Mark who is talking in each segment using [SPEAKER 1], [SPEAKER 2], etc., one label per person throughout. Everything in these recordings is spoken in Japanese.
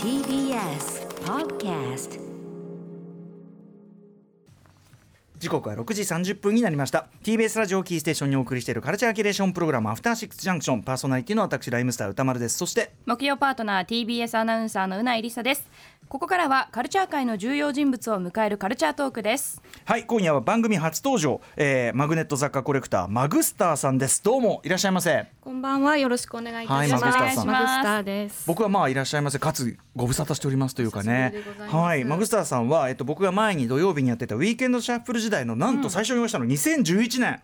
[SPEAKER 1] TBS Podcast
[SPEAKER 2] 時刻は6時30分になりました TBS ラジオキーステーションにお送りしているカルチャーキュレーションプログラム「アフターシックスジャンクション」パーソナリティの私ライムスター歌丸ですそして
[SPEAKER 3] 木曜パートナー TBS アナウンサーのうないりさですここからはカルチャー界の重要人物を迎えるカルチャートークです
[SPEAKER 2] はい今夜は番組初登場、えーマグネット雑貨コレクターマグスターさんですどうもいらっしゃいませ
[SPEAKER 4] こんばんは、よろしくお願いいたします。
[SPEAKER 2] はいマグスターさん
[SPEAKER 4] マグスターです。
[SPEAKER 2] 僕はまあいらっしゃいませかつご無沙汰しておりますというかね
[SPEAKER 4] お久しぶりでございます
[SPEAKER 2] はいマグスターさんは、えっと、僕が前に土曜日にやってたウィーケンドシャッフル時代のなんと最初に用意したの2011年、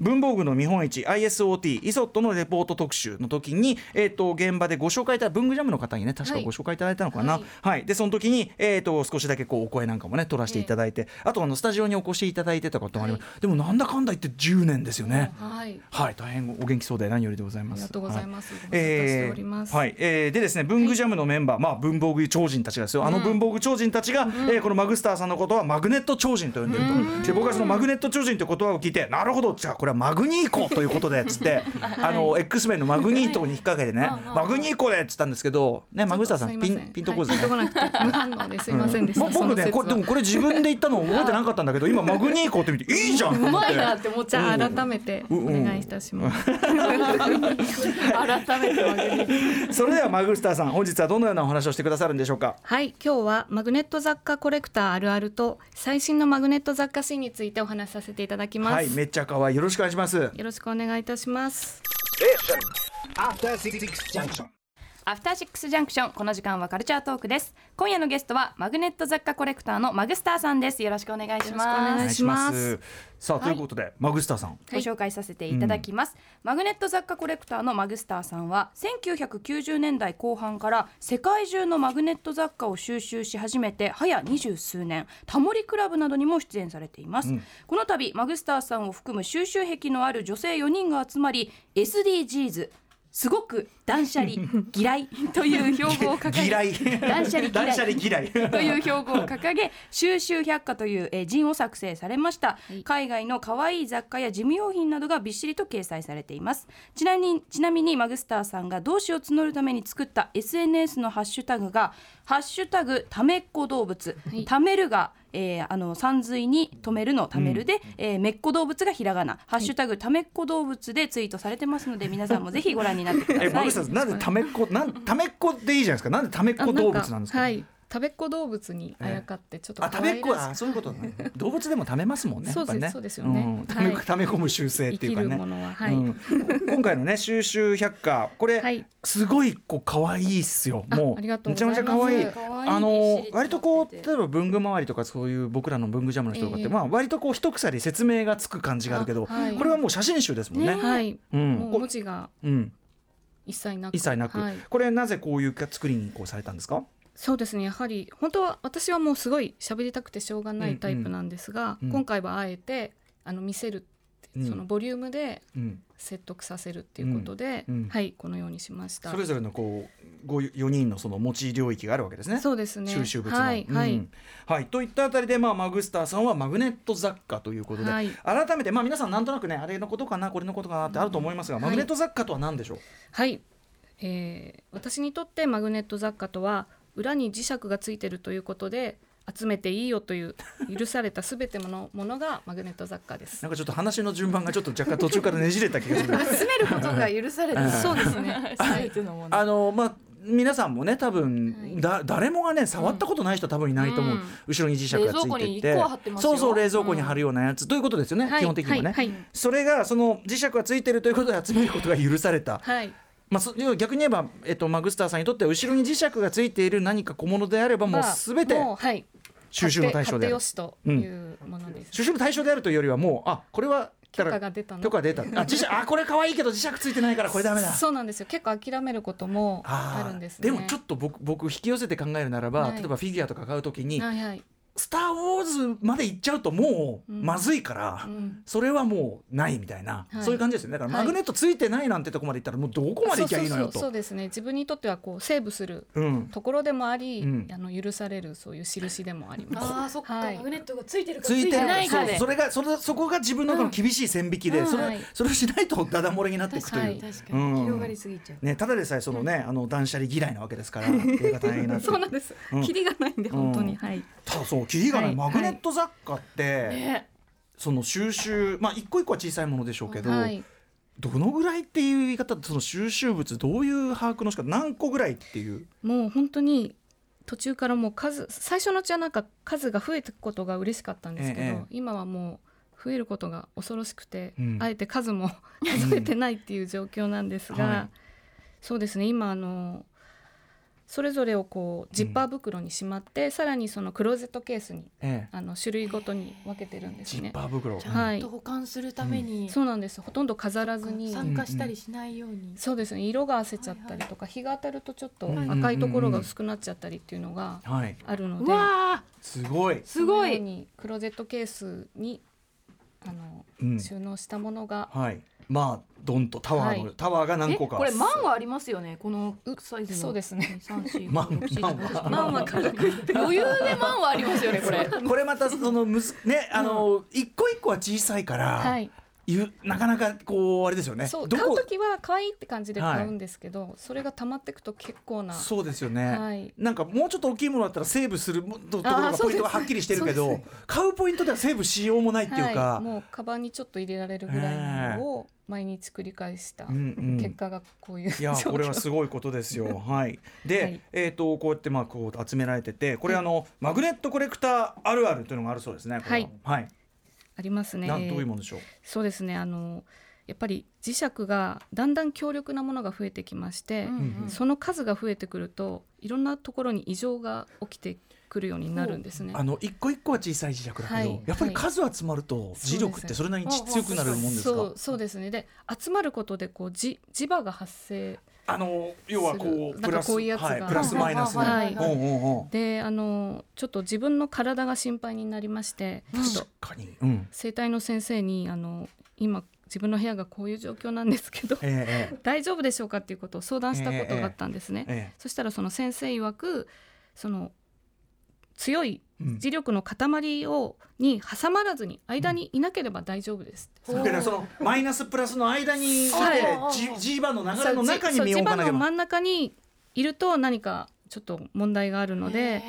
[SPEAKER 2] 文房具の見本市 ISOT イソットのレポート特集の時に、えっと、現場でご紹介いた文具ジャムの方にね確か
[SPEAKER 4] はい
[SPEAKER 2] ご紹介いただいたのかな、は
[SPEAKER 4] はいい
[SPEAKER 2] でその時に、えっと少しだけこうお声なんかもね取らせていただいて、あとあのスタジオにお越しいただいてたこともあります、でもなんだかんだ言って10年ですよね。
[SPEAKER 4] はい、
[SPEAKER 2] はい、大変お元気そうで何よりでございます。
[SPEAKER 4] ありがとうございます
[SPEAKER 2] は
[SPEAKER 4] ご無沙汰しております
[SPEAKER 2] えーはい、えーでですね、文具ジャムのメンバー、まあ文房具超人たちがですよ。あの文房具超人たちが、えーこのマグスターさんのことはマグネット超人と呼んでると。で、僕はそのマグネット超人という言葉を聞いて、なるほど、じゃあこれはマグニーコということでつ って、あの X メンのマグニートに引っ掛けてね、マグニーコでっつったんですけど、ね、マグスターさ
[SPEAKER 4] す
[SPEAKER 2] ん
[SPEAKER 4] い
[SPEAKER 2] ピ
[SPEAKER 4] ませ
[SPEAKER 2] ンピンとこず
[SPEAKER 4] はいピンとこなくて、無反応ですいませんでした。
[SPEAKER 2] ま僕ね、これでもこれ自分で言ったの覚えてなかったんだけど、今マグニーコって見ていいじゃん。と思って
[SPEAKER 4] って思っちゃあ改めてお願いいたします。改めてマグネット
[SPEAKER 2] それではマグスターさん、本日はどのようなお話をしてくださるんでしょうか。
[SPEAKER 4] はい、今日はマグネット雑貨コレクターあるあると最新のマグネット雑貨シーンについてお話しさせていただきます。
[SPEAKER 2] はい、めっちゃ可愛い。よろしくお願いします。
[SPEAKER 4] よろしくお願いいたします。
[SPEAKER 5] After Six Junction.
[SPEAKER 3] アフターシックスジャンクションこの時間はカルチャートークです今夜のゲストはマグネット雑貨コレクターのマグスターさんですよろしくお願いし
[SPEAKER 4] よろしくお
[SPEAKER 3] ま
[SPEAKER 4] 願
[SPEAKER 3] す
[SPEAKER 4] いします
[SPEAKER 2] お願いします。さあ、ということで、マグスターさん。
[SPEAKER 3] ご紹介させていただきます、マグネット雑貨コレクターのマグスターさんは1990年代後半から世界中のマグネット雑貨を収集し始めて早二十数年タモリクラブなどにも出演されています、この度マグスターさんを含む収集癖のある女性4人が集まり SDGs すごく断捨離嫌いという標語を掲げ
[SPEAKER 2] 嫌い。
[SPEAKER 3] 断捨離嫌い
[SPEAKER 2] 断捨離嫌 い。
[SPEAKER 3] という標語を掲げ「収集百科」というえー陣を作成されました、海外の可愛い雑貨や事務用品などがびっしりと掲載されていますちなみにちなみにマグスターさんが同志を募るために作った SNS のハッシュタグが「ハッシュタグためっ子動物」ためるが」えーあの山水に止めるのためるで、えーめっ子動物がひらがな、ハッシュタグためっ子動物でツイートされてますので皆さんもぜひご覧になってくだ さ
[SPEAKER 2] え、
[SPEAKER 3] い。
[SPEAKER 2] マグスターさん、なんでためっこ、なん、ためっこでいいじゃないですか。なんでためっこ動物なんですか。
[SPEAKER 4] はい、食べっ子動物にあやかってちょっと
[SPEAKER 2] あ、
[SPEAKER 4] 可
[SPEAKER 2] た
[SPEAKER 4] 愛ら
[SPEAKER 2] め
[SPEAKER 4] し
[SPEAKER 2] っ
[SPEAKER 4] く
[SPEAKER 2] こ、あ、そういうことだ ね。動物でもためますもんね。
[SPEAKER 4] そうです
[SPEAKER 2] やっぱり
[SPEAKER 4] そうですよね
[SPEAKER 2] んため
[SPEAKER 4] はい
[SPEAKER 2] ため込む習性っ
[SPEAKER 4] 生
[SPEAKER 2] てい
[SPEAKER 4] き
[SPEAKER 2] うか
[SPEAKER 4] る
[SPEAKER 2] ね
[SPEAKER 4] も。のは、はい。
[SPEAKER 2] うん今回のね収集百科これ、
[SPEAKER 4] はい
[SPEAKER 2] すごいこう可愛いっすよ
[SPEAKER 4] あ
[SPEAKER 2] もう
[SPEAKER 4] ありがとう
[SPEAKER 2] め
[SPEAKER 4] ご
[SPEAKER 2] ち
[SPEAKER 4] ざ
[SPEAKER 2] ゃ
[SPEAKER 4] い
[SPEAKER 2] め
[SPEAKER 4] ま
[SPEAKER 2] ち
[SPEAKER 4] す
[SPEAKER 2] ゃ可愛いあ
[SPEAKER 3] びっ
[SPEAKER 2] の
[SPEAKER 3] しりと
[SPEAKER 2] 割とこう例えば文具周りとかそういう僕らの文具ジャムの人とかって、
[SPEAKER 4] ええ
[SPEAKER 2] まあ割とこう一くさり説明がつく感じがあるけど、
[SPEAKER 4] あはい
[SPEAKER 2] これはもう写真集ですもんね。
[SPEAKER 4] はい、
[SPEAKER 2] うん
[SPEAKER 4] もう文字が
[SPEAKER 2] うん、
[SPEAKER 4] 一切なく
[SPEAKER 2] 一切なく、
[SPEAKER 4] はい
[SPEAKER 2] これなぜこういう作りにこうされたんですか、
[SPEAKER 4] そうですねやはり本当は私はもうすごい喋りたくてしょうがないタイプなんですが、
[SPEAKER 2] うんうん
[SPEAKER 4] 今回はあえてあの見せるって、
[SPEAKER 2] うん
[SPEAKER 4] そのボリュームで
[SPEAKER 2] うん、
[SPEAKER 4] 説得させるっていうことで、
[SPEAKER 2] うんうん
[SPEAKER 4] はいこのようにしました
[SPEAKER 2] それぞれのこうご4人のその持ち領域があるわけですね。
[SPEAKER 4] そうですね
[SPEAKER 2] 収集物の、
[SPEAKER 4] はい、
[SPEAKER 2] うん
[SPEAKER 4] はい
[SPEAKER 2] はいといったあたりで、まあ、マグスターさんはマグネット雑貨ということで、
[SPEAKER 4] はい
[SPEAKER 2] 改めて、まあ、皆さんなんとなくねあれのことかなこれのことかなってあると思いますが、
[SPEAKER 4] はい
[SPEAKER 2] マグネット雑貨とは何でしょう、
[SPEAKER 4] はい、えー私にとってマグネット雑貨とは裏に磁石がついてるということで集めていいよという許されたすべてのものがマグネット雑貨です
[SPEAKER 2] なんかちょっと話の順番がちょっと若干途中からねじれた気がする
[SPEAKER 3] 詰めることが許されて
[SPEAKER 4] そうですね
[SPEAKER 3] 全てのもの
[SPEAKER 2] あのまあ皆さんもね多分、
[SPEAKER 4] はい
[SPEAKER 2] だ誰もがね触ったことない人は多分いないと思う、
[SPEAKER 4] うん
[SPEAKER 2] 後ろに磁石がついてい
[SPEAKER 3] 冷蔵庫に一
[SPEAKER 2] て
[SPEAKER 3] 個は貼ってますよ
[SPEAKER 2] そうそう冷蔵庫に貼るようなやつ、ということですよね、
[SPEAKER 4] はい
[SPEAKER 2] 基本的にはね、
[SPEAKER 4] はいはい
[SPEAKER 2] それがその磁石がついてるということで集めることが許された、
[SPEAKER 4] はい
[SPEAKER 2] まあ、そ要は逆に言えば、えっと、マグスターさんにとっては後ろに磁石がついている何か小物であればもう
[SPEAKER 4] まあ
[SPEAKER 2] 全て
[SPEAKER 4] もうはい
[SPEAKER 2] 収集の対象である
[SPEAKER 4] 買って買ってよしというものです、
[SPEAKER 2] 収集の対象であるというよりはもうあこれは
[SPEAKER 4] 許可が出たの
[SPEAKER 2] 許可が出たあ磁石あこれ可愛いけど磁石ついてないからこれダメだ
[SPEAKER 4] そうなんですよ結構諦めることも
[SPEAKER 2] あ
[SPEAKER 4] あ
[SPEAKER 2] ー
[SPEAKER 4] るんですね
[SPEAKER 2] もちょっと僕僕引き寄せて考えるならば、
[SPEAKER 4] はい
[SPEAKER 2] 例えばフィギュアとか買うときに、
[SPEAKER 4] はいはい
[SPEAKER 2] スター・ウォーズ」まで行っちゃうともうまずいから、それはもうないみたいな、
[SPEAKER 4] はい
[SPEAKER 2] そういう感じですよねだから
[SPEAKER 4] はい
[SPEAKER 2] マグネットついてないなんてとこまで行ったらもうどこまで行きゃいいのよ
[SPEAKER 4] そうそうそうそう
[SPEAKER 2] と。
[SPEAKER 4] ですね自分にとってはこうセーブする
[SPEAKER 2] うん
[SPEAKER 4] ところでもあり、
[SPEAKER 2] うん
[SPEAKER 4] あの許されるそういう印でもあります。
[SPEAKER 6] ああそっか、
[SPEAKER 4] はい
[SPEAKER 6] マグネットがついてるか
[SPEAKER 2] つ
[SPEAKER 6] つい
[SPEAKER 2] い
[SPEAKER 6] て
[SPEAKER 2] て
[SPEAKER 6] な
[SPEAKER 2] ないい
[SPEAKER 6] か
[SPEAKER 2] そ
[SPEAKER 6] で、
[SPEAKER 2] うそれがそれそこが自分の中の厳しい線引きで、
[SPEAKER 6] うん
[SPEAKER 2] それ
[SPEAKER 4] はい
[SPEAKER 2] それをしないとダダ漏れになっていくという。
[SPEAKER 6] 確かに、
[SPEAKER 2] うん
[SPEAKER 6] 広がりすぎちゃう
[SPEAKER 2] ね、ただでさえそのね、あの断捨離嫌いなわけですから映画大変な
[SPEAKER 4] そうなんです。
[SPEAKER 2] うん
[SPEAKER 4] キリがないんで
[SPEAKER 2] うん
[SPEAKER 4] 本当に、はい。
[SPEAKER 2] ただそうキリがない、
[SPEAKER 4] はい
[SPEAKER 2] マグネット雑貨って、
[SPEAKER 6] ね
[SPEAKER 2] その収集まあ一個一個は小さいものでしょうけど、
[SPEAKER 4] はい。
[SPEAKER 2] どのぐらいっていう言い方その収集物どういう把握の仕方何個ぐらいっていう
[SPEAKER 4] もう本当に途中からもう数最初のうちはなんか数が増えていくことが嬉しかったんですけど、
[SPEAKER 2] ええ
[SPEAKER 4] 今はもう増えることが恐ろしくて、
[SPEAKER 2] うん
[SPEAKER 4] あえて数も 数えてないっていう状況なんですが、
[SPEAKER 2] はい
[SPEAKER 4] そうですね今あのそれぞれをこうジッパー袋にしまって、さらにそのクローゼットケースに
[SPEAKER 2] ええ
[SPEAKER 4] あの種類ごとに分けてるんです
[SPEAKER 2] ジッ
[SPEAKER 4] ね。
[SPEAKER 2] パー袋
[SPEAKER 6] ち
[SPEAKER 4] は
[SPEAKER 6] ゃん
[SPEAKER 4] い
[SPEAKER 6] と保管するために、
[SPEAKER 4] そうなんですほとんど飾らずに
[SPEAKER 6] 酸化したりしないように、
[SPEAKER 4] そうですね色が褪せちゃったりとか日が当たるとちょっと
[SPEAKER 2] うん
[SPEAKER 4] 赤いところが薄くなっちゃったりっていうのが
[SPEAKER 2] はい
[SPEAKER 4] あるの
[SPEAKER 6] う
[SPEAKER 4] で、
[SPEAKER 6] わあ
[SPEAKER 2] すごい、
[SPEAKER 6] すご
[SPEAKER 4] このよう
[SPEAKER 6] い
[SPEAKER 4] にクローゼットケースにあの、
[SPEAKER 2] うん、
[SPEAKER 4] 収納したものが
[SPEAKER 2] はいまあドンとタワーの、
[SPEAKER 4] はい
[SPEAKER 2] タワーが何個か
[SPEAKER 6] えこれ万はありますよねこのサイズの
[SPEAKER 4] そうですね
[SPEAKER 6] 三四
[SPEAKER 2] 万
[SPEAKER 6] 五六七
[SPEAKER 2] 万
[SPEAKER 6] 八
[SPEAKER 2] は
[SPEAKER 6] 万は軽く言って余裕で万はありますよねこれ
[SPEAKER 2] これまたそのむずねあの一個一個は小さいから、
[SPEAKER 4] はい
[SPEAKER 2] いうなかなかこうあれですよね
[SPEAKER 4] そう
[SPEAKER 2] ど
[SPEAKER 4] 買
[SPEAKER 2] こ
[SPEAKER 4] う時は可愛いって感じで買うんですけど、それが溜まってくと結構な
[SPEAKER 2] そうですよね、
[SPEAKER 4] はい
[SPEAKER 2] なんかもうちょっと大きいものだったらセーブするもとところ
[SPEAKER 4] あー
[SPEAKER 2] が
[SPEAKER 4] そ
[SPEAKER 2] ポ
[SPEAKER 4] うで
[SPEAKER 2] イ
[SPEAKER 4] す
[SPEAKER 2] ントがはっきりしてるけ
[SPEAKER 4] そう
[SPEAKER 2] ど
[SPEAKER 4] で
[SPEAKER 2] 買うポイントではセーブしようもないっていうか、
[SPEAKER 4] はい、もうカバンにちょっと入れられるぐらいののを毎日繰り返した
[SPEAKER 2] うんうん
[SPEAKER 4] 結果がこういう
[SPEAKER 2] い
[SPEAKER 4] 状
[SPEAKER 2] や
[SPEAKER 4] 況、
[SPEAKER 2] これはすごいことですよ。はい、で、
[SPEAKER 4] はい
[SPEAKER 2] えー、とこうやってまあこう集められててこれあのマグネットコレクターあるあるというのがあるそうですね。これははい、
[SPEAKER 4] ありますね。
[SPEAKER 2] なんどういうものでしょう。
[SPEAKER 4] そうですねあのやっぱり磁石がだんだん強力なものが増えてきまして、
[SPEAKER 2] ん
[SPEAKER 4] その数が増えてくるといろんなところに異常が起きてくるようになるんですね。
[SPEAKER 2] あの一個一個は小さい磁石だけど、
[SPEAKER 4] はい
[SPEAKER 2] やっぱり数集まると磁力ってそれなりに強くなるもんですか。
[SPEAKER 4] そうそうですねで集まることでこうじ磁場が発生
[SPEAKER 2] あの要はこう
[SPEAKER 4] なん
[SPEAKER 2] プ
[SPEAKER 4] か
[SPEAKER 2] ラス
[SPEAKER 4] こういうやつが
[SPEAKER 2] はい、プラスマイナスね。
[SPEAKER 4] はい
[SPEAKER 2] うんうんうん。
[SPEAKER 4] であのちょっと自分の体が心配になりましてちょっ
[SPEAKER 2] 確
[SPEAKER 4] と
[SPEAKER 2] かに。うん。
[SPEAKER 4] 整体の先生にあの今自分の部屋がこういう状況なんですけど
[SPEAKER 2] えええ
[SPEAKER 4] 大丈夫でしょうかっていうことを相談したことがあったんですね。
[SPEAKER 2] ええ
[SPEAKER 4] そしたらその先生曰くその強い
[SPEAKER 2] え。うん
[SPEAKER 4] 磁力の塊をに挟まらずに間にいなければ大丈夫ですって。
[SPEAKER 2] だからそのマイナスプラスの間にいて
[SPEAKER 4] はい
[SPEAKER 2] 磁磁場の流れの中に身を
[SPEAKER 4] そう
[SPEAKER 2] 置かな
[SPEAKER 4] 磁場
[SPEAKER 2] ければ
[SPEAKER 4] の真ん中にいると何かちょっと問題があるので、
[SPEAKER 6] へ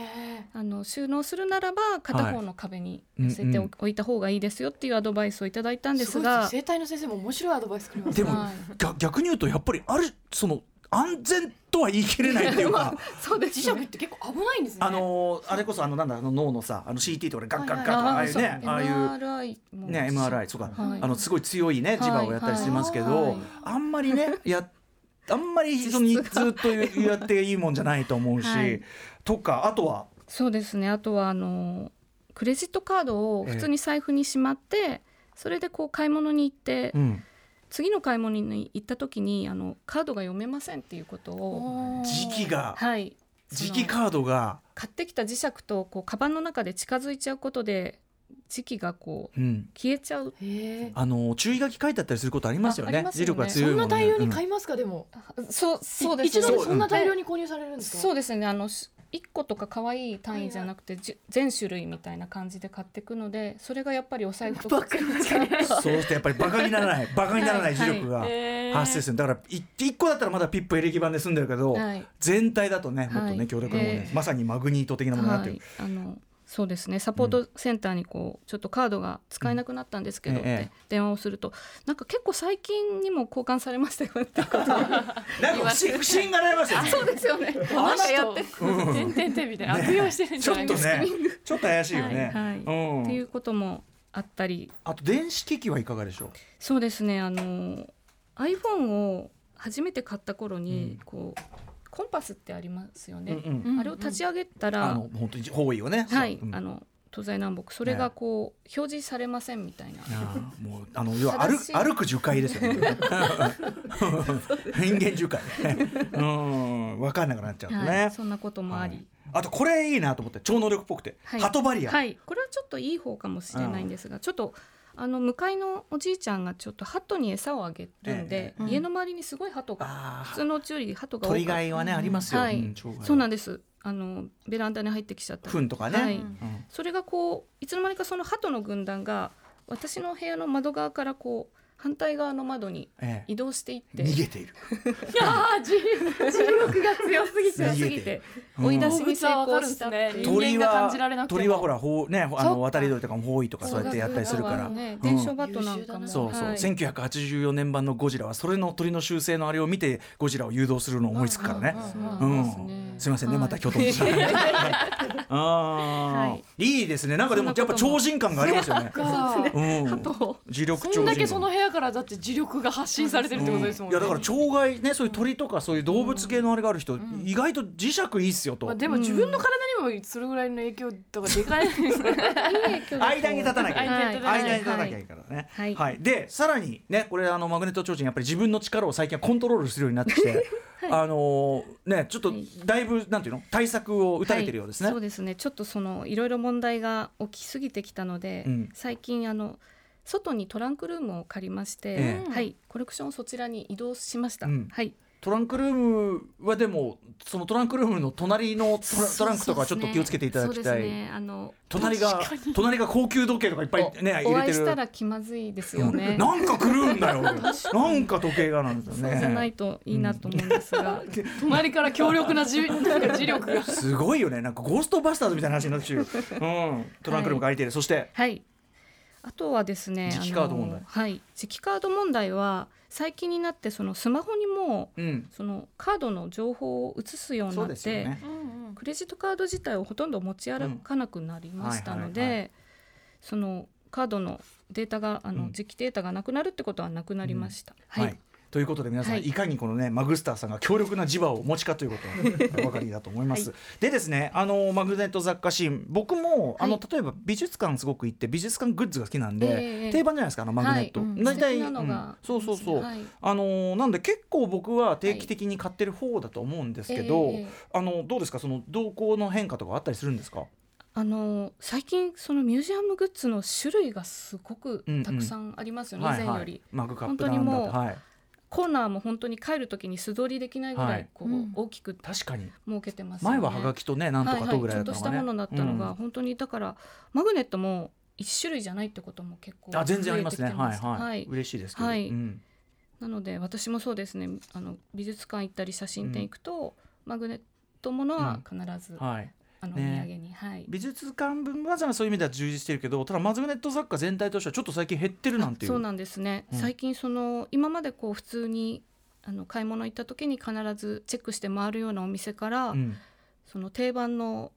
[SPEAKER 4] あの収納するならば片方の壁に寄せて
[SPEAKER 2] うんう
[SPEAKER 4] お
[SPEAKER 2] ん
[SPEAKER 4] おいた方がいいですよっていうアドバイスをいただいたん
[SPEAKER 6] ー
[SPEAKER 4] です
[SPEAKER 6] ごい
[SPEAKER 4] が、
[SPEAKER 6] 整体の先生も面白いアドバイスくれます
[SPEAKER 2] で
[SPEAKER 6] ね
[SPEAKER 2] も、
[SPEAKER 4] はい
[SPEAKER 2] が逆に言うとやっぱりあるその安全とは言い切れないっていうか
[SPEAKER 4] そうで
[SPEAKER 6] 磁石って結構危ないんですね
[SPEAKER 2] あのーあれこそあのなんだあの脳のさあの CT とかでガッガッガッとかああ
[SPEAKER 4] あ
[SPEAKER 2] い
[SPEAKER 4] ー
[SPEAKER 2] う
[SPEAKER 4] そう
[SPEAKER 2] ねああいう。
[SPEAKER 4] MRI も
[SPEAKER 2] ね、MRI とか、
[SPEAKER 4] はい
[SPEAKER 2] あのすごい強いね磁場をやったりしますけど、
[SPEAKER 4] はいはい
[SPEAKER 2] あんまり ねやあんまりそのずっとやっていいもんじゃないと思うし、
[SPEAKER 4] はい
[SPEAKER 2] とかあとは
[SPEAKER 4] そうですねあとはあのクレジットカードを普通に財布にしまって、それでこう買い物に行って、
[SPEAKER 2] うん
[SPEAKER 4] 次の買い物に行った時にあのカードが読めませんっていうことを
[SPEAKER 2] 磁気が
[SPEAKER 4] はい
[SPEAKER 2] 磁気カードが、
[SPEAKER 4] 買ってきた磁石とこうカバンの中で近づいちゃうことで磁気がこう
[SPEAKER 2] うん、
[SPEAKER 4] 消えちゃう
[SPEAKER 6] へえ
[SPEAKER 2] あのー注意書き書いてあったりすることありますよね
[SPEAKER 4] あありますよね
[SPEAKER 2] 磁力が
[SPEAKER 6] そ
[SPEAKER 2] 強い
[SPEAKER 6] ん
[SPEAKER 2] も
[SPEAKER 6] な
[SPEAKER 2] の
[SPEAKER 6] 大量に
[SPEAKER 2] うん
[SPEAKER 6] 買いますかでも
[SPEAKER 4] そうそうです
[SPEAKER 6] 一度
[SPEAKER 2] ね
[SPEAKER 6] でそんな大量に購入されるんですか
[SPEAKER 4] そうですねあのし1個とか可愛い単位じゃなくてじゅ全種類みたいな感じで買っていくのでそれがやっぱりお財布 とか
[SPEAKER 2] そうしてやっぱりバカになら ないバカにならない磁力が
[SPEAKER 6] へー
[SPEAKER 2] 発生するだからい一個だったらまだピップエレキ版で済んでるけど、
[SPEAKER 4] はい
[SPEAKER 2] 全体だとねもっとね、
[SPEAKER 4] はい
[SPEAKER 2] 強力なもので、
[SPEAKER 4] ええ
[SPEAKER 2] まさにマグニート的なものになってる、
[SPEAKER 4] はい、あのそうですねサポートセンターにこうちょっとカードが使えなくなったんですけどっ
[SPEAKER 2] うんえ
[SPEAKER 4] て
[SPEAKER 2] え
[SPEAKER 4] 電話をするとなんか結構最近にも交換されましたよ ってこと
[SPEAKER 2] なんか不審不審がられますよね
[SPEAKER 4] そうですよね
[SPEAKER 6] なんかやっててんてんてんみたいな悪用してるんじ
[SPEAKER 2] ち
[SPEAKER 6] ゃ
[SPEAKER 2] ょ
[SPEAKER 6] な
[SPEAKER 2] っ
[SPEAKER 6] い
[SPEAKER 2] と
[SPEAKER 6] ですか
[SPEAKER 2] ねちょっと怪しいよね、
[SPEAKER 4] はいはい
[SPEAKER 2] うん
[SPEAKER 4] っていうこともあったり
[SPEAKER 2] あと電子機器はいかがでしょう
[SPEAKER 4] そうですねあの iPhone を初めて買った頃に、
[SPEAKER 2] うん
[SPEAKER 4] こうコンパスってありますよね、
[SPEAKER 2] うんうん
[SPEAKER 6] ん
[SPEAKER 4] あれを立ち上げたら、
[SPEAKER 2] あの本当に方位をね
[SPEAKER 4] はい、
[SPEAKER 2] そううん
[SPEAKER 4] あの東西南北それがこう、表示されませんみたいな
[SPEAKER 2] あーもうあの要は歩
[SPEAKER 4] 正し
[SPEAKER 2] く
[SPEAKER 4] い
[SPEAKER 2] 歩く樹海ですよ ね。人間樹海。うん分かんなくなっちゃうとね。
[SPEAKER 4] はい、そんなこともあり、
[SPEAKER 2] はいあとこれいいなと思って超能力っぽくて、
[SPEAKER 4] はい
[SPEAKER 2] ハトバリア。
[SPEAKER 4] はい、これはちょっといい方かもしれないんですが、ちょっとあの向かいのおじいちゃんがちょっとハトに餌をあげるん
[SPEAKER 2] え
[SPEAKER 4] で、
[SPEAKER 2] え
[SPEAKER 4] 家の周りにすごいハトが
[SPEAKER 2] あー
[SPEAKER 4] 普通のうちよりハトが多かっ
[SPEAKER 2] 鳥害はね、ありますよ。
[SPEAKER 4] はい
[SPEAKER 2] うん鳥害
[SPEAKER 4] そうなんですあのベランダに入ってきちゃったり
[SPEAKER 2] 糞とかね
[SPEAKER 4] はい
[SPEAKER 2] うん
[SPEAKER 4] それがこういつの間にかそのハトの軍団が私の部屋の窓側からこう反対側の窓に
[SPEAKER 2] ええ
[SPEAKER 4] 移動していって
[SPEAKER 2] 逃げている。
[SPEAKER 6] ああ、重力が強すぎ
[SPEAKER 4] 強すぎ
[SPEAKER 2] 逃げて
[SPEAKER 4] て追い出し
[SPEAKER 6] 動
[SPEAKER 4] に
[SPEAKER 6] 物
[SPEAKER 4] 成
[SPEAKER 6] はわか
[SPEAKER 4] 功
[SPEAKER 6] るんで
[SPEAKER 4] し
[SPEAKER 6] す
[SPEAKER 4] た
[SPEAKER 6] ね。人
[SPEAKER 2] 鳥
[SPEAKER 6] 間が感じられ
[SPEAKER 2] は
[SPEAKER 6] なくても。
[SPEAKER 2] 鳥はほらほうねあ
[SPEAKER 6] そ
[SPEAKER 2] の
[SPEAKER 6] っか
[SPEAKER 2] 渡り鳥とかも方位とかそうやってやったりするから。
[SPEAKER 4] ね、
[SPEAKER 2] うん
[SPEAKER 4] 伝承バトなんかも、
[SPEAKER 2] そうそう、
[SPEAKER 4] はい
[SPEAKER 2] 1984年版のゴジラはそれの鳥の習性のあれを見てゴジラを誘導するのを思いつくからね。
[SPEAKER 6] うん
[SPEAKER 4] そう
[SPEAKER 2] う
[SPEAKER 4] なん
[SPEAKER 2] ん
[SPEAKER 4] ですね、
[SPEAKER 2] すみませんね、
[SPEAKER 4] はい
[SPEAKER 2] また京都に。あ
[SPEAKER 4] は
[SPEAKER 2] あ、いいですね。なんかでもやっぱ超人感がありますよね。
[SPEAKER 6] そうですね。
[SPEAKER 2] うん。自力超
[SPEAKER 6] そ
[SPEAKER 2] 人
[SPEAKER 6] んだけその部屋からだって磁力が発信されてるってことですもん
[SPEAKER 2] い
[SPEAKER 6] ね。
[SPEAKER 2] やだから鳥害ねそういう鳥とかそういう動物系のあれがある人、意外と磁石いいっすよと、
[SPEAKER 6] まあでも自分の体にもそれぐらいの影響とかでかいですからね。
[SPEAKER 2] 間に立たなきゃいけない
[SPEAKER 4] はい
[SPEAKER 2] 間に立たなきゃ
[SPEAKER 4] はい
[SPEAKER 2] いけないからねは、
[SPEAKER 4] はいい
[SPEAKER 2] でさらにねこれあのマグネット超人やっぱり自分の力を最近はコントロールするようになってきて、あのーねちょっと
[SPEAKER 4] はい
[SPEAKER 2] だいぶなんていうの対策を打たれてるようですね、
[SPEAKER 4] はいそうですねちょっとそのいろいろ問題が起きすぎてきたので、
[SPEAKER 2] うん
[SPEAKER 4] 最近あの外にトランクルームを借りまして、
[SPEAKER 2] え
[SPEAKER 6] え
[SPEAKER 4] はいコレクションをそちらに移動しました、
[SPEAKER 2] うん
[SPEAKER 4] はい
[SPEAKER 2] トランクルームはでもそのトランクルームの隣のトラトランクとかはちょっと気をつけていただき
[SPEAKER 4] そう
[SPEAKER 2] たい、
[SPEAKER 4] ですねあの
[SPEAKER 2] 隣が隣が高級時計とかいっぱいね
[SPEAKER 4] お
[SPEAKER 2] 入
[SPEAKER 4] お
[SPEAKER 2] れて
[SPEAKER 4] 会い
[SPEAKER 2] る
[SPEAKER 4] したら気まずいですよね、
[SPEAKER 2] なんか狂うんだよなんか時計がなんですよ
[SPEAKER 4] そうじゃない
[SPEAKER 2] ね
[SPEAKER 4] といいなと思うんですが、
[SPEAKER 6] 隣から強力な磁なんか磁力が。
[SPEAKER 2] すごいよねなんかゴーストバスターズみたいな話になってきてる、うん、トランクルームが空いてる、そして
[SPEAKER 4] はい。あとはですね、
[SPEAKER 2] 磁気カード問題
[SPEAKER 4] あのはい、磁気カード問題は最近になってそのスマホにも
[SPEAKER 2] うん
[SPEAKER 4] そのカードの情報を移すように
[SPEAKER 2] そ
[SPEAKER 4] な
[SPEAKER 2] う
[SPEAKER 4] っ
[SPEAKER 2] です
[SPEAKER 4] て、
[SPEAKER 2] よね
[SPEAKER 4] クレジットカード自体をほとんど持ち歩かなくなりましたの
[SPEAKER 2] うんはいはい
[SPEAKER 4] で、そのカードのデータがあ
[SPEAKER 2] う
[SPEAKER 4] の
[SPEAKER 2] ん
[SPEAKER 4] 時期データがなくなるってことはなくなりました。
[SPEAKER 2] はい、
[SPEAKER 4] はい。
[SPEAKER 2] ということで皆さん、、
[SPEAKER 4] はいい
[SPEAKER 2] かにこのねマグスターさんが強力な磁場をお持ちかと いうことがお分かりだと思います。でですねあのマグネット雑貨シーン僕もあの
[SPEAKER 4] はい
[SPEAKER 2] 例えば美術館すごく行って美術館グッズが好きなんで、
[SPEAKER 4] ええ
[SPEAKER 2] 定番じゃないですかあのマグネット。
[SPEAKER 4] はいうん
[SPEAKER 2] 大体、
[SPEAKER 4] 素敵なのが
[SPEAKER 2] うんそうそうそう、
[SPEAKER 4] はい
[SPEAKER 2] あのーなんで結構僕は定期的に買ってる方だと思うんですけど、
[SPEAKER 4] はいええ
[SPEAKER 2] あのどうですかその動向の変化とかあったりするんですか
[SPEAKER 4] あの最近そのミュージアムグッズの種類がすごくたくさんありますよね、以前より。
[SPEAKER 2] マグカップなんだ
[SPEAKER 4] 本当
[SPEAKER 2] っ
[SPEAKER 4] にも
[SPEAKER 2] て、
[SPEAKER 4] う
[SPEAKER 2] はい、
[SPEAKER 4] コーナーも本当に帰る時に素通りできないぐら
[SPEAKER 2] はい
[SPEAKER 4] いこう大きく
[SPEAKER 2] 確かに
[SPEAKER 4] 設けてますよね、
[SPEAKER 2] 前はハガキとねなんとかとぐらいだったのがね、
[SPEAKER 4] はいはい、ちょっとしたものだったのが、
[SPEAKER 2] うん
[SPEAKER 4] 本当にだからマグネットも一種類じゃないってことも結構
[SPEAKER 2] あ全然ありますね
[SPEAKER 4] 増えて
[SPEAKER 2] は
[SPEAKER 4] きて
[SPEAKER 2] い
[SPEAKER 4] した
[SPEAKER 2] はい、
[SPEAKER 4] はい
[SPEAKER 2] 嬉しいですけど、
[SPEAKER 4] はい
[SPEAKER 2] うん
[SPEAKER 4] なので私もそうですねあの美術館行ったり写真展行くと、マグネットものは必ず、
[SPEAKER 2] はい、
[SPEAKER 4] あの、
[SPEAKER 2] ね
[SPEAKER 4] お土産にはい
[SPEAKER 2] 美術館分はじゃあそういう意味では充実してるけどただマズグネット雑貨全体としてはちょっと最近減ってるなんていう
[SPEAKER 4] そうなんですね、
[SPEAKER 2] うん
[SPEAKER 4] 最近その今までこう普通にあの買い物行った時に必ずチェックして回るようなお店から、
[SPEAKER 2] うん
[SPEAKER 4] その定番の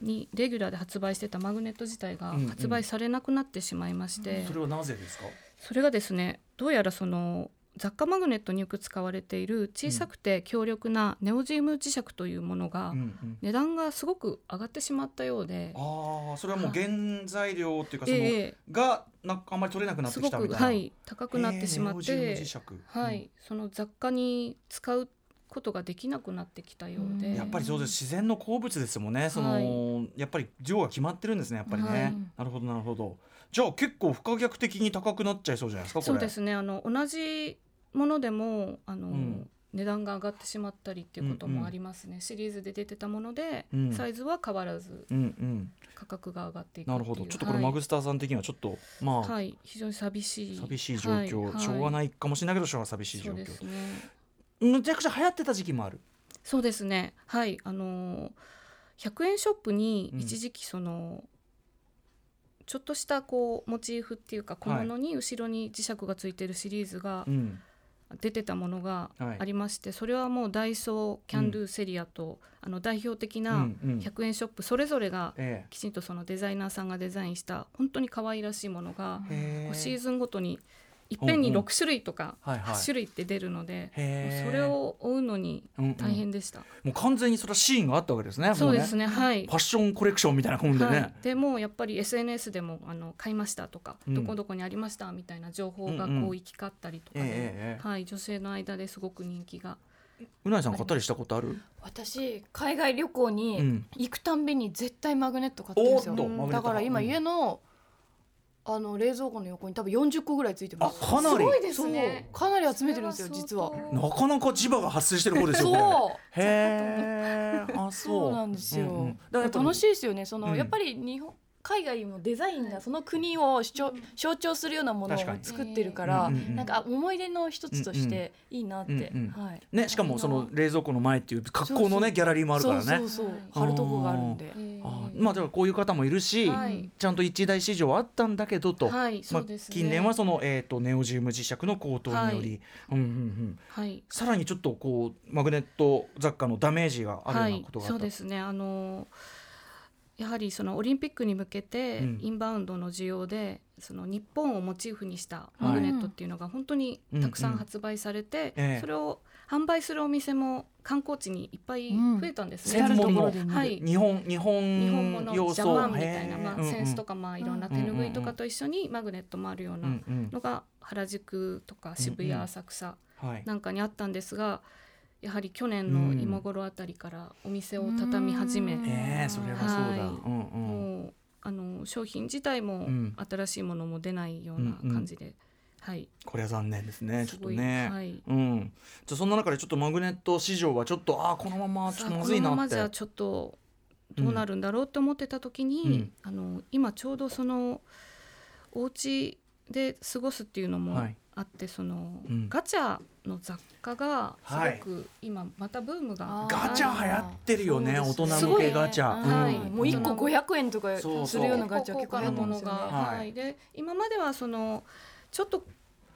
[SPEAKER 4] にレギュラーで発売してたマグネット自体が
[SPEAKER 2] うんうん
[SPEAKER 4] 発売されなくなってしまいまして、
[SPEAKER 2] それはなぜですか
[SPEAKER 4] それがですねどうやらその雑貨マグネットによく使われている小さくて強力なネオジウム磁石というものが
[SPEAKER 2] うんうん
[SPEAKER 4] 値段がすごく上がってしまったようで、
[SPEAKER 2] ああそれはもう原材料っていうかその、
[SPEAKER 4] え
[SPEAKER 2] がなんかあんまり取れなくなっ
[SPEAKER 4] えす
[SPEAKER 2] てき
[SPEAKER 4] ご
[SPEAKER 2] たみ
[SPEAKER 4] く
[SPEAKER 2] たいな
[SPEAKER 4] はい高くなってしまっ
[SPEAKER 2] えーネオジウム
[SPEAKER 4] て
[SPEAKER 2] 磁、石
[SPEAKER 4] は
[SPEAKER 2] うん
[SPEAKER 4] い、その雑貨に使うことができなくなってきたようで、
[SPEAKER 6] うん
[SPEAKER 2] やっぱりそうです自然の鉱物ですもんねその、やっぱり量が決まってるんですねやっぱりね、
[SPEAKER 4] はい
[SPEAKER 2] なるほどなるほどじゃあ結構不可逆的に高くなっちゃいそうじゃないですかこれ
[SPEAKER 4] そうですねあの同じものでもあの、
[SPEAKER 2] うん
[SPEAKER 4] 値段が上がってしまったりっていうこと
[SPEAKER 2] うんうん
[SPEAKER 4] もありますね、シリーズで出てたもので、
[SPEAKER 2] うん
[SPEAKER 4] サイズは変わらず
[SPEAKER 2] うんうん
[SPEAKER 4] 価格が上がっていくってい
[SPEAKER 2] な
[SPEAKER 4] う
[SPEAKER 2] るほどちょっとこれマグスターさん的にはちょっと、まあ、
[SPEAKER 4] はい、はい非常に寂しい
[SPEAKER 2] 寂しい状況、しょうが
[SPEAKER 4] い
[SPEAKER 2] ないかもしれないけどしょうが寂しい状
[SPEAKER 4] そう
[SPEAKER 2] 況
[SPEAKER 4] ですね
[SPEAKER 2] むちゃくちゃ流行ってた時期もある
[SPEAKER 4] そうですねはいあのー100円ショップに
[SPEAKER 2] うん
[SPEAKER 4] 一時期その、ちょっとしたこうモチーフっていうか小物に後ろに磁石がついてるシリーズが
[SPEAKER 2] うん
[SPEAKER 4] 出てたものが
[SPEAKER 2] はい
[SPEAKER 4] ありまして、それはもうダイソーキャンドゥセリアと、あの代表的な
[SPEAKER 2] うんうん
[SPEAKER 4] 100円ショップそれぞれが
[SPEAKER 2] え
[SPEAKER 4] きちんとそのデザイナーさんがデザインした本当に可愛らしいものが
[SPEAKER 2] えへえ
[SPEAKER 4] こうシーズンごとにいっぺんに
[SPEAKER 2] うんうん
[SPEAKER 4] 6種類とか
[SPEAKER 2] はいはい
[SPEAKER 4] 8種類って出るので、
[SPEAKER 2] へー
[SPEAKER 4] もうそれを追うのに
[SPEAKER 2] うんうん
[SPEAKER 4] 大変でした、
[SPEAKER 2] もう完全にそれはシーンがあったわけですね
[SPEAKER 4] そうです
[SPEAKER 2] も
[SPEAKER 4] ねはい、
[SPEAKER 2] うねファッションコレクションみたいな本でね、
[SPEAKER 4] はい、でもうやっぱり SNS でもあの買いましたとか、
[SPEAKER 2] うん
[SPEAKER 4] どこどこにありましたみたいな情報が
[SPEAKER 2] うんうん
[SPEAKER 4] こう行き交ったりとか
[SPEAKER 2] ええ
[SPEAKER 4] で、
[SPEAKER 2] えええ
[SPEAKER 4] はい、女性の間ですごく人気が
[SPEAKER 2] うなぎさん買ったりしたことある
[SPEAKER 6] 私海外旅行
[SPEAKER 2] う
[SPEAKER 6] に
[SPEAKER 2] ん
[SPEAKER 6] 行くたんびに絶対マグネット買ってるんです
[SPEAKER 2] おーっとマグネッ
[SPEAKER 6] よ
[SPEAKER 2] ト
[SPEAKER 6] だから今家のあの冷蔵庫の横に多分40個ぐらいついてます
[SPEAKER 2] あかなり
[SPEAKER 6] すごいです
[SPEAKER 4] そ
[SPEAKER 6] ねかなり集めてるんですよ実は
[SPEAKER 2] なかなか磁場が発生してる方ですよ
[SPEAKER 6] そう
[SPEAKER 2] うへえあそう
[SPEAKER 6] そうなんですよ。
[SPEAKER 2] うんうんだからや っぱ
[SPEAKER 6] 楽しいですよね。その、
[SPEAKER 2] うん
[SPEAKER 6] やっぱり日本海外もデザインがその国を主張象徴するようなものを
[SPEAKER 2] 確かに
[SPEAKER 6] 作ってるから、
[SPEAKER 2] うんうんうん
[SPEAKER 6] なんか思い出の一つとしていいなって、
[SPEAKER 2] うんうん
[SPEAKER 6] はい。
[SPEAKER 2] ね、しかもその冷蔵庫の前っていう格好の
[SPEAKER 6] そうそ
[SPEAKER 2] ね
[SPEAKER 6] う
[SPEAKER 2] ギャラリーもあるからね
[SPEAKER 6] そうそうそう貼るとこがあるんで。
[SPEAKER 2] あーまあだからこういう方もいるし、
[SPEAKER 4] はい
[SPEAKER 2] ちゃんと一大市場はあったんだけどと、
[SPEAKER 4] はい
[SPEAKER 2] ま
[SPEAKER 4] そ
[SPEAKER 2] あ
[SPEAKER 4] うですね、
[SPEAKER 2] 近年はその、えー、とネオジウム磁石の高騰により、うんうんうん、
[SPEAKER 4] はい
[SPEAKER 2] さらにちょっとこうマグネット雑貨のダメージがある
[SPEAKER 4] は
[SPEAKER 2] よう
[SPEAKER 4] い
[SPEAKER 2] なことがあった、
[SPEAKER 4] そうですねあのやはりそのオリンピックに向けて
[SPEAKER 2] うん
[SPEAKER 4] インバウンドの需要で、その日本をモチーフにしたマグネットっていうのが本当にたくさ
[SPEAKER 2] うん
[SPEAKER 4] ん
[SPEAKER 2] うん
[SPEAKER 4] 発売されて、
[SPEAKER 2] ええ
[SPEAKER 4] それを販売するお店も観光地にいっぱい増えたんですね。
[SPEAKER 2] うん専門の
[SPEAKER 4] 至る所で見るはい
[SPEAKER 2] 日本日
[SPEAKER 4] 日本
[SPEAKER 2] 本
[SPEAKER 4] 物
[SPEAKER 2] 要
[SPEAKER 4] ジ
[SPEAKER 2] 素
[SPEAKER 4] ャパンみたいな、まあ、センスと
[SPEAKER 2] か
[SPEAKER 4] か、まあ、いろんな手拭いとかと一緒にマグネットもあるよう
[SPEAKER 2] う
[SPEAKER 4] なん
[SPEAKER 2] うん
[SPEAKER 4] のが原宿とか渋
[SPEAKER 2] う
[SPEAKER 4] 谷
[SPEAKER 2] んうん
[SPEAKER 4] 浅草
[SPEAKER 2] はい、
[SPEAKER 4] なんかにあったんですがやはり去年の今頃あたりからお店を畳み始め、
[SPEAKER 2] えー、それはそうだ、
[SPEAKER 4] はい
[SPEAKER 2] うんうん、
[SPEAKER 4] もうあの商品自体も
[SPEAKER 2] うん
[SPEAKER 4] 新しいものも出ないような感じで、はい
[SPEAKER 2] これは残念ですねち
[SPEAKER 4] す
[SPEAKER 2] ょっと
[SPEAKER 4] ごい
[SPEAKER 2] ね、
[SPEAKER 4] はい
[SPEAKER 2] うん、じゃあそんな中でちょっとマグネット市場はちょっとああこのままちょっ
[SPEAKER 4] さあ
[SPEAKER 2] とま
[SPEAKER 4] こ
[SPEAKER 2] ずい
[SPEAKER 4] のま
[SPEAKER 2] なっ
[SPEAKER 4] まじゃ
[SPEAKER 2] て
[SPEAKER 4] ちょっとどうなるんだろうって思ってた時に、
[SPEAKER 2] うん
[SPEAKER 4] あの今ちょうどそのお家で過ごすっていうのも
[SPEAKER 2] はい
[SPEAKER 4] あって、その、
[SPEAKER 2] うん
[SPEAKER 4] ガチャの雑貨がす
[SPEAKER 2] はい
[SPEAKER 4] ごく今またブームが、
[SPEAKER 6] あ
[SPEAKER 2] ガチャ流行ってるよね
[SPEAKER 6] そう
[SPEAKER 2] 大
[SPEAKER 6] ですね
[SPEAKER 2] 人向けガチャ、
[SPEAKER 4] すごいね
[SPEAKER 2] うん
[SPEAKER 4] はい
[SPEAKER 6] もう一個500円とか
[SPEAKER 2] そうそう
[SPEAKER 6] するようなガチャ
[SPEAKER 4] 結
[SPEAKER 6] 結
[SPEAKER 4] 構
[SPEAKER 6] 構
[SPEAKER 4] 高
[SPEAKER 6] 流
[SPEAKER 4] 価な
[SPEAKER 6] 行って
[SPEAKER 4] も
[SPEAKER 6] ま
[SPEAKER 4] の
[SPEAKER 6] す
[SPEAKER 4] が、
[SPEAKER 6] よね。
[SPEAKER 2] はい
[SPEAKER 4] はい、で今まではそのちょっと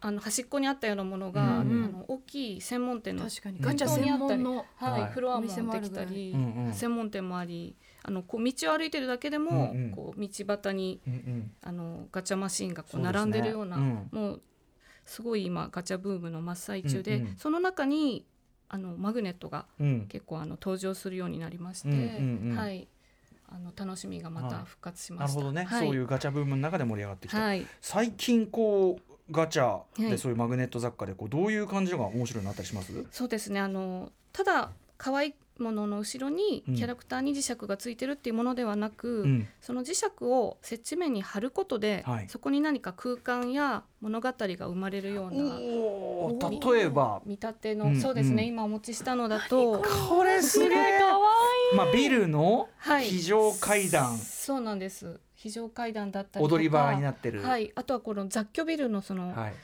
[SPEAKER 4] あの端っこにあったようなものが、
[SPEAKER 2] うん
[SPEAKER 6] うん
[SPEAKER 4] あの大きい専門店の、
[SPEAKER 6] 確かにガチャ
[SPEAKER 4] 本当にあ
[SPEAKER 6] 専
[SPEAKER 4] ったり
[SPEAKER 6] 門の
[SPEAKER 4] はい
[SPEAKER 2] はい
[SPEAKER 4] フロアも
[SPEAKER 6] お店もあ
[SPEAKER 4] で
[SPEAKER 6] る
[SPEAKER 4] き
[SPEAKER 6] ぐら
[SPEAKER 4] た
[SPEAKER 6] い
[SPEAKER 4] り、
[SPEAKER 2] うんうん
[SPEAKER 4] 専門店もありあのこう道を歩いてるだけでも、
[SPEAKER 2] うんうん
[SPEAKER 4] こう道端に
[SPEAKER 2] うんうん
[SPEAKER 4] あのガチャマシンがこ
[SPEAKER 2] そう
[SPEAKER 4] う
[SPEAKER 2] ですね
[SPEAKER 4] 並んでるような
[SPEAKER 2] うん
[SPEAKER 4] もうすごい今ガチャブームの真っ最中で、
[SPEAKER 2] うんうん
[SPEAKER 4] その中にあのマグネットが
[SPEAKER 2] うん
[SPEAKER 4] 結構あの登場するようになりまして、
[SPEAKER 2] うんうんうん
[SPEAKER 4] はい、あの楽しみがまた復活しま
[SPEAKER 2] なる
[SPEAKER 4] した。
[SPEAKER 2] ほどね、
[SPEAKER 4] はい、
[SPEAKER 2] そういうガチャブームの中で盛り上がってきた、
[SPEAKER 4] はい、
[SPEAKER 2] 最近こうガチャ
[SPEAKER 4] は
[SPEAKER 2] で
[SPEAKER 4] い
[SPEAKER 2] そういうマグネット雑貨でこうどういう感じのが面白いのあったりします、
[SPEAKER 4] そうですねあのただ可愛いものの後ろに
[SPEAKER 2] うん
[SPEAKER 4] キャラクターに磁石がついてるっていうものではなく、
[SPEAKER 2] うん
[SPEAKER 4] その磁石を接地面に貼ることで、
[SPEAKER 2] はい
[SPEAKER 4] そこに何か空間や物語が生まれるような
[SPEAKER 2] おー例えば
[SPEAKER 4] 見立ての、
[SPEAKER 2] うん
[SPEAKER 4] そうですね、
[SPEAKER 2] うん
[SPEAKER 4] 今お持ちしたのだと
[SPEAKER 2] これすげえまあビルの
[SPEAKER 4] はい
[SPEAKER 2] 非常階段、
[SPEAKER 4] そうなんです非常階段だったりとか
[SPEAKER 2] 踊り場になってる、
[SPEAKER 4] はい、あとはこの雑居ビルのその,、
[SPEAKER 2] はい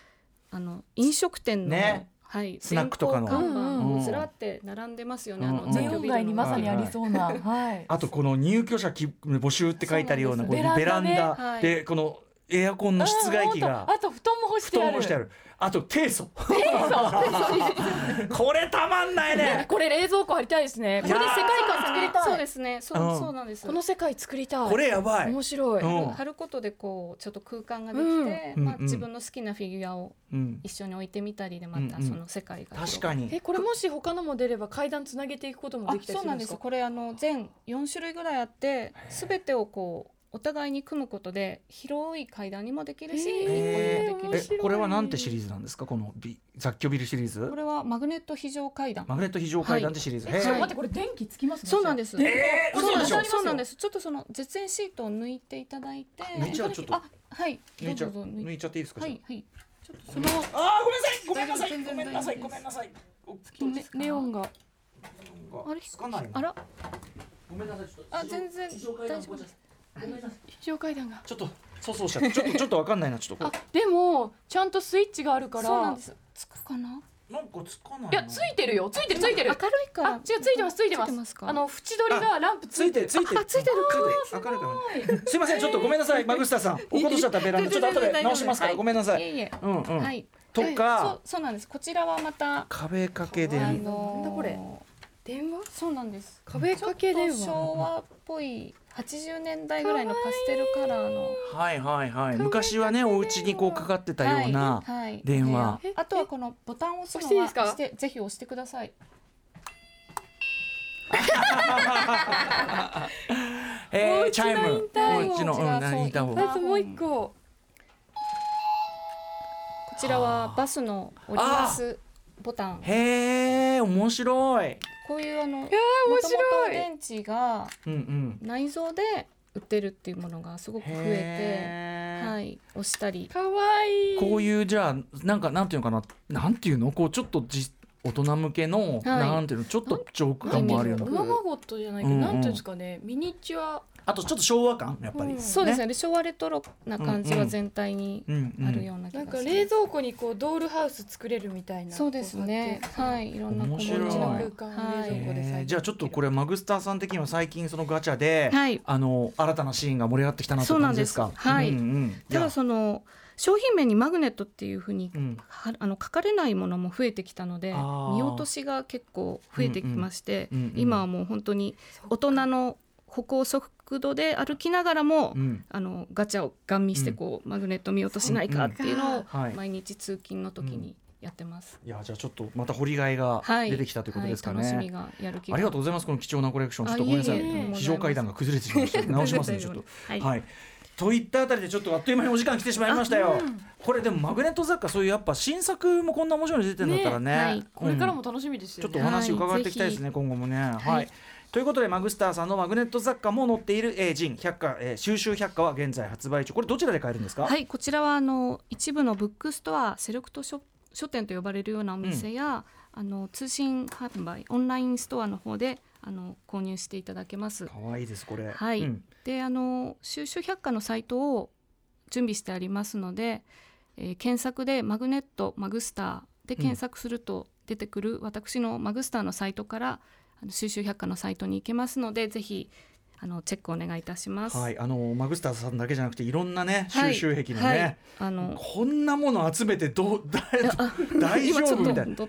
[SPEAKER 4] あの飲食店の、
[SPEAKER 2] ね
[SPEAKER 4] はい、
[SPEAKER 2] スナックとかの
[SPEAKER 4] 電光
[SPEAKER 6] うん
[SPEAKER 2] う
[SPEAKER 4] 看
[SPEAKER 2] んう
[SPEAKER 4] 板
[SPEAKER 2] ん
[SPEAKER 4] ずらって並んでますよね、あ
[SPEAKER 2] うんう
[SPEAKER 4] の
[SPEAKER 2] ん
[SPEAKER 4] 雑
[SPEAKER 6] ネ
[SPEAKER 4] 居
[SPEAKER 6] オン
[SPEAKER 4] ビル
[SPEAKER 6] 街
[SPEAKER 4] の
[SPEAKER 6] にまさにありそうな、はい。
[SPEAKER 2] あとこの入居者き募集って書いてあるような
[SPEAKER 6] そ
[SPEAKER 2] こ
[SPEAKER 6] う
[SPEAKER 2] の
[SPEAKER 6] なんです
[SPEAKER 2] ベラン
[SPEAKER 6] ベラ
[SPEAKER 4] ンダ
[SPEAKER 2] ダ
[SPEAKER 4] ね
[SPEAKER 2] でこのエアコンの室外機が
[SPEAKER 6] あと布団も干し
[SPEAKER 2] 布
[SPEAKER 6] てあ
[SPEAKER 2] 団
[SPEAKER 6] る。
[SPEAKER 2] もしてあるあと提訴これたまんない
[SPEAKER 6] ね
[SPEAKER 2] ね
[SPEAKER 6] これ冷蔵庫ありたいですね。これで世界観作り
[SPEAKER 4] そう
[SPEAKER 6] たい。
[SPEAKER 4] ですねそう,、
[SPEAKER 2] うん
[SPEAKER 4] そうなんです
[SPEAKER 6] この世界作りたい。
[SPEAKER 2] これやばい
[SPEAKER 6] 面白い。
[SPEAKER 2] うん
[SPEAKER 4] 貼ることでこうちょっと空間ができて、
[SPEAKER 2] うん
[SPEAKER 4] ま
[SPEAKER 2] う
[SPEAKER 4] あ、
[SPEAKER 2] んうん
[SPEAKER 4] 自分の好きなフィギュアを
[SPEAKER 2] うん
[SPEAKER 4] 一緒に置いてみたりでま
[SPEAKER 2] う
[SPEAKER 4] た
[SPEAKER 2] んうん
[SPEAKER 4] その世界が
[SPEAKER 2] 確
[SPEAKER 4] 広
[SPEAKER 2] か
[SPEAKER 4] がる、
[SPEAKER 2] に
[SPEAKER 6] え、これもし他のも出れば階段つなげていくこともできた
[SPEAKER 4] あ
[SPEAKER 6] り
[SPEAKER 4] そう
[SPEAKER 6] する
[SPEAKER 4] なんん
[SPEAKER 6] で
[SPEAKER 4] ですす
[SPEAKER 6] か。
[SPEAKER 4] これあの全4種類ぐらいあって全てをこうお互いに組むことで広い階段にもできるし一個に
[SPEAKER 2] へ
[SPEAKER 4] も
[SPEAKER 2] ー
[SPEAKER 4] できるし
[SPEAKER 2] えこれはなんてシリーズなんですかこのビ雑居ビルシリーズ
[SPEAKER 4] これはマグネット非常階段
[SPEAKER 2] マグネット非常階段ってシリーズ、
[SPEAKER 4] はい
[SPEAKER 2] へ
[SPEAKER 6] え
[SPEAKER 2] ー
[SPEAKER 6] ちょっと待ってこれ電気つきますね。
[SPEAKER 4] そうなんです、
[SPEAKER 2] えー
[SPEAKER 4] そうなん
[SPEAKER 2] 嘘
[SPEAKER 4] で
[SPEAKER 2] でし
[SPEAKER 4] す
[SPEAKER 2] ょ
[SPEAKER 4] そうなんですちょっとその絶縁シートを抜いていただいて
[SPEAKER 2] 抜いちゃうちょっと
[SPEAKER 4] あはいど
[SPEAKER 2] 抜
[SPEAKER 4] う
[SPEAKER 2] いち
[SPEAKER 4] ぞ
[SPEAKER 2] ゃ
[SPEAKER 4] ど
[SPEAKER 2] う
[SPEAKER 4] うぞ抜
[SPEAKER 2] 抜
[SPEAKER 4] い
[SPEAKER 2] いちゃっていいですか、
[SPEAKER 4] は
[SPEAKER 2] じゃ
[SPEAKER 4] いはいちょっとその
[SPEAKER 2] ああーごめんなさい
[SPEAKER 4] 全然
[SPEAKER 2] ごめんなさいご
[SPEAKER 4] 大丈夫です
[SPEAKER 2] めんなさいごめんなさい
[SPEAKER 4] ね
[SPEAKER 6] ネオンが。
[SPEAKER 2] あ
[SPEAKER 4] あれ
[SPEAKER 2] つかないな
[SPEAKER 4] あら
[SPEAKER 2] ごめんなさいちょっと
[SPEAKER 4] あ全然
[SPEAKER 2] 非常階段
[SPEAKER 4] 大丈夫です
[SPEAKER 6] 必要階段が。
[SPEAKER 2] ちょっとそうそうしちゃったちょっとちょっとわかんないなちょっと
[SPEAKER 6] あ
[SPEAKER 2] これ、
[SPEAKER 6] でもちゃんとスイッチがあるから。
[SPEAKER 4] そうなんですつくかな
[SPEAKER 2] なんかつかない
[SPEAKER 6] い
[SPEAKER 2] な
[SPEAKER 6] やついてるよ。ついてるつい
[SPEAKER 4] 明
[SPEAKER 6] てる
[SPEAKER 4] る。いから
[SPEAKER 6] あ違うついてますついてます。
[SPEAKER 4] ついてますか
[SPEAKER 6] あの縁取りがランプ
[SPEAKER 2] つ
[SPEAKER 6] つ
[SPEAKER 2] い
[SPEAKER 6] い
[SPEAKER 2] てる
[SPEAKER 6] てる。
[SPEAKER 2] ついてる
[SPEAKER 4] あついてる
[SPEAKER 2] 明るい明るいすいませんちょっとごめんなさいマグスタさん怒っとしちゃったベランダちょっと後で直しますからごめんなさい
[SPEAKER 4] いえいえ
[SPEAKER 2] うんうん、
[SPEAKER 4] はい
[SPEAKER 2] と
[SPEAKER 4] そう
[SPEAKER 2] か
[SPEAKER 4] そうなんですこちらはまた
[SPEAKER 2] 壁掛けで
[SPEAKER 4] あ
[SPEAKER 2] あ
[SPEAKER 4] の
[SPEAKER 6] なんだこれ電話
[SPEAKER 4] そうなんです
[SPEAKER 6] 壁掛け電話
[SPEAKER 4] 昭和っぽい80年代ぐらいのパステルカラーの
[SPEAKER 2] はいはいはい昔はねお家にこうかかってたような、
[SPEAKER 4] はいはい
[SPEAKER 2] 電話
[SPEAKER 4] えあとはこのボタンを押す
[SPEAKER 6] 押してい
[SPEAKER 4] のは
[SPEAKER 6] いですか
[SPEAKER 4] してぜひ押してください
[SPEAKER 2] えー、チャイムお
[SPEAKER 4] お
[SPEAKER 2] 家
[SPEAKER 4] 家
[SPEAKER 2] の
[SPEAKER 4] の
[SPEAKER 2] う
[SPEAKER 4] インターホ
[SPEAKER 2] ん
[SPEAKER 4] ン
[SPEAKER 2] インターホン
[SPEAKER 4] そう
[SPEAKER 6] あともう一個
[SPEAKER 4] こちらはバスの降りますボタン
[SPEAKER 2] へえ面白い
[SPEAKER 4] こういうあのもと
[SPEAKER 6] 面
[SPEAKER 4] も
[SPEAKER 6] 白
[SPEAKER 4] と
[SPEAKER 6] い
[SPEAKER 4] 電池が
[SPEAKER 2] うんうん
[SPEAKER 4] 内蔵で売ってるっていうものがすごく増えて
[SPEAKER 2] へー
[SPEAKER 4] はい押したり
[SPEAKER 6] かわいい
[SPEAKER 2] こういうじゃあなんかなんていうのかななんていうのこうちょっとじ大人向けの、なんていうのちょっとジョーク感もあるよう
[SPEAKER 6] お
[SPEAKER 2] な
[SPEAKER 6] ままごとじゃないけど、
[SPEAKER 2] うんうん
[SPEAKER 6] なんていうんですかねミニチュア
[SPEAKER 2] あとちょっと昭和感やっぱり、
[SPEAKER 6] うん
[SPEAKER 4] そうですね昭和レトロな感じ
[SPEAKER 2] うんう
[SPEAKER 4] は
[SPEAKER 2] ん
[SPEAKER 4] 全体に
[SPEAKER 2] うんうん
[SPEAKER 4] あるような気
[SPEAKER 6] なん
[SPEAKER 4] が
[SPEAKER 6] か
[SPEAKER 4] し
[SPEAKER 6] 冷
[SPEAKER 4] て
[SPEAKER 6] 蔵庫にこうドールハウス作れるみたいな
[SPEAKER 4] そうですねはいいろんな
[SPEAKER 2] 面
[SPEAKER 4] 小
[SPEAKER 2] 白い
[SPEAKER 4] 物
[SPEAKER 6] うちの空間を冷蔵庫で再現でき
[SPEAKER 2] え
[SPEAKER 6] る
[SPEAKER 2] ーじゃあちょっとこれマグスターさん的には最近そのガチャで、
[SPEAKER 4] はい
[SPEAKER 2] あの新たなシーンが盛り上がってきたなという感じですか
[SPEAKER 4] そうなんですはい
[SPEAKER 2] うんうん
[SPEAKER 4] た
[SPEAKER 2] じ
[SPEAKER 4] だ
[SPEAKER 2] ゃ
[SPEAKER 4] その商品名にマグネットっていうふうに
[SPEAKER 2] あうん
[SPEAKER 4] はあの書かれないものも増えてきたので
[SPEAKER 2] あー
[SPEAKER 4] 見落としが結構増えてきまして、
[SPEAKER 2] うんうんうんうん
[SPEAKER 4] 今はもう本当に大人の歩行速度で歩きながらも、
[SPEAKER 2] うん
[SPEAKER 4] あのガチャをガン見してこう、マグネット見落としないかっていうのを
[SPEAKER 2] はい
[SPEAKER 4] 毎日通勤の時にやってます。
[SPEAKER 2] いやじゃあちょっとまた掘りがいが
[SPEAKER 4] はい、
[SPEAKER 2] 出てきたということですかね、
[SPEAKER 4] はい楽しみがやる気
[SPEAKER 2] ありがとうございますこの貴重なコレクションちょっと
[SPEAKER 4] あ
[SPEAKER 2] ごめんなさい
[SPEAKER 4] いえいえとんでもございます
[SPEAKER 2] 非常階段が崩れてしまいま した直しますねちょっと
[SPEAKER 4] はい
[SPEAKER 2] はい、といったあたりでちょっとあっという間にお時間来てしまいましたよ、これでもマグネット雑貨そういうやっぱ新作もこんな面白いの出てるんだったらね
[SPEAKER 4] ねはい
[SPEAKER 6] これからも
[SPEAKER 2] うん
[SPEAKER 6] 楽しみです
[SPEAKER 2] ちょ
[SPEAKER 6] よ
[SPEAKER 2] っ
[SPEAKER 6] ね、
[SPEAKER 2] とお話伺っていきたいですね、今後もねはい、ということでマグスターさんのマグネット雑貨も載っている、えー、ジン百貨、えー、収集百貨は現在発売中これどちらで買えるんですか、
[SPEAKER 4] はい、こちらはあの一部のブックストアセレクトショ書店と呼ばれるようなお店や、あの通信販売オンラインストアの方であの購入していただけます
[SPEAKER 2] か。わいいですこれ
[SPEAKER 4] はい
[SPEAKER 2] うん
[SPEAKER 4] であの収集百科のサイトを準備してありますので、えー検索で「マグネットマグスター」で検索すると出てくる私のマグスターのサイトからあの収集百科のサイトに行けますのでぜひあのチェックお願いいたします。
[SPEAKER 2] はい、あのマグスターさんだけじゃなくていろんなね
[SPEAKER 4] は
[SPEAKER 2] 収
[SPEAKER 4] い
[SPEAKER 2] 集癖もね、
[SPEAKER 4] はいあの
[SPEAKER 2] こんなもの集めてどうだ大丈
[SPEAKER 4] 今ちょっ
[SPEAKER 2] 夫
[SPEAKER 4] と
[SPEAKER 2] みたいな。
[SPEAKER 4] ど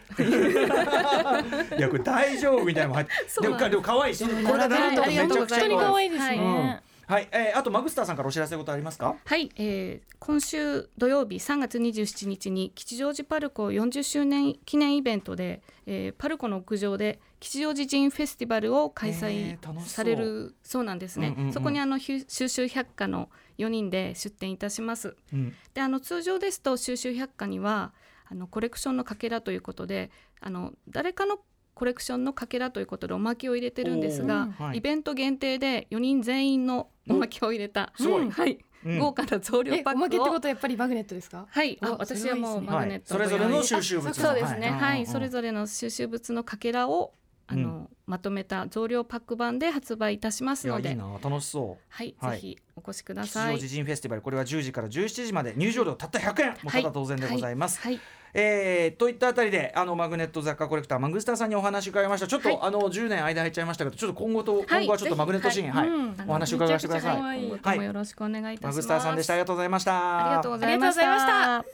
[SPEAKER 2] いやこれ大丈夫みたいなのも 入ってでもかでも可愛いしこれが並んだ
[SPEAKER 4] は
[SPEAKER 2] ら
[SPEAKER 4] い
[SPEAKER 2] めちゃくちゃ
[SPEAKER 6] 本当に可愛いです
[SPEAKER 4] ありがとうございますは
[SPEAKER 6] ね、
[SPEAKER 4] い
[SPEAKER 2] うんはい、えー、あとマグスターさんからお知らせことありますか？
[SPEAKER 4] はい、えー今週土曜日3月27日に吉祥寺パルコ40周年記念イベントで、えーパルコの屋上で吉祥寺ジンフェスティバルを開
[SPEAKER 2] え
[SPEAKER 4] 催
[SPEAKER 2] ー楽しそう
[SPEAKER 4] されるそうなんですね、
[SPEAKER 2] うんうんうん
[SPEAKER 4] そこにあのひゅ収集百科の4人で出展いたします
[SPEAKER 2] うん、
[SPEAKER 4] であの通常ですと収集百科にはあのコレクションのかけらということであの誰かのコレクションのかけらということでおまけを入れてるんですが、
[SPEAKER 2] おーはい
[SPEAKER 4] イベント限定で4人全員のおまけを入れた、
[SPEAKER 2] すごい
[SPEAKER 4] はい
[SPEAKER 2] うん
[SPEAKER 4] 豪華な増量
[SPEAKER 6] え
[SPEAKER 4] パ
[SPEAKER 6] お
[SPEAKER 4] ックを
[SPEAKER 6] まけってことはやっぱりマグネットですか
[SPEAKER 4] はい、あ
[SPEAKER 6] お
[SPEAKER 4] 私はもうマグネット
[SPEAKER 2] はい、それぞれの収集物
[SPEAKER 4] あそうですね、
[SPEAKER 2] はい
[SPEAKER 4] は
[SPEAKER 2] うんうん
[SPEAKER 4] い、それぞれの収集物のかけらをあの、まとめた増量パック版で発売いたします
[SPEAKER 2] いや
[SPEAKER 4] の
[SPEAKER 2] い
[SPEAKER 4] で、
[SPEAKER 2] いな楽しそう。
[SPEAKER 4] はい、
[SPEAKER 2] はい
[SPEAKER 4] ぜひお越しくだ
[SPEAKER 2] 吉
[SPEAKER 4] さ
[SPEAKER 2] 祥
[SPEAKER 4] い。
[SPEAKER 2] 寺ジンフェスティバルこれは10時から17時まで入場料たった100円も
[SPEAKER 4] は
[SPEAKER 2] た
[SPEAKER 4] い
[SPEAKER 2] だ当然でございます。
[SPEAKER 4] はい、はい
[SPEAKER 2] えーといったあたりであのマグネット雑貨コレクターマグスターさんにお話伺いましたちょっと、
[SPEAKER 4] はい
[SPEAKER 2] あの10年間入っちゃいましたけどちょっと今後と、今後はちょっとマグネットシーン、
[SPEAKER 4] ぜ
[SPEAKER 2] はい
[SPEAKER 4] ひうん
[SPEAKER 2] お話伺わせてください。
[SPEAKER 6] めちゃくちゃ可愛い
[SPEAKER 4] 今後
[SPEAKER 2] は
[SPEAKER 4] と
[SPEAKER 2] い
[SPEAKER 4] もよろしくお願いいたしま
[SPEAKER 2] マ
[SPEAKER 4] す。
[SPEAKER 2] グスターさんでしたありがとうございました。
[SPEAKER 4] ありがとうございまし。
[SPEAKER 6] ありがとうご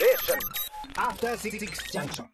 [SPEAKER 6] ざいました
[SPEAKER 5] Station. After Six Junction.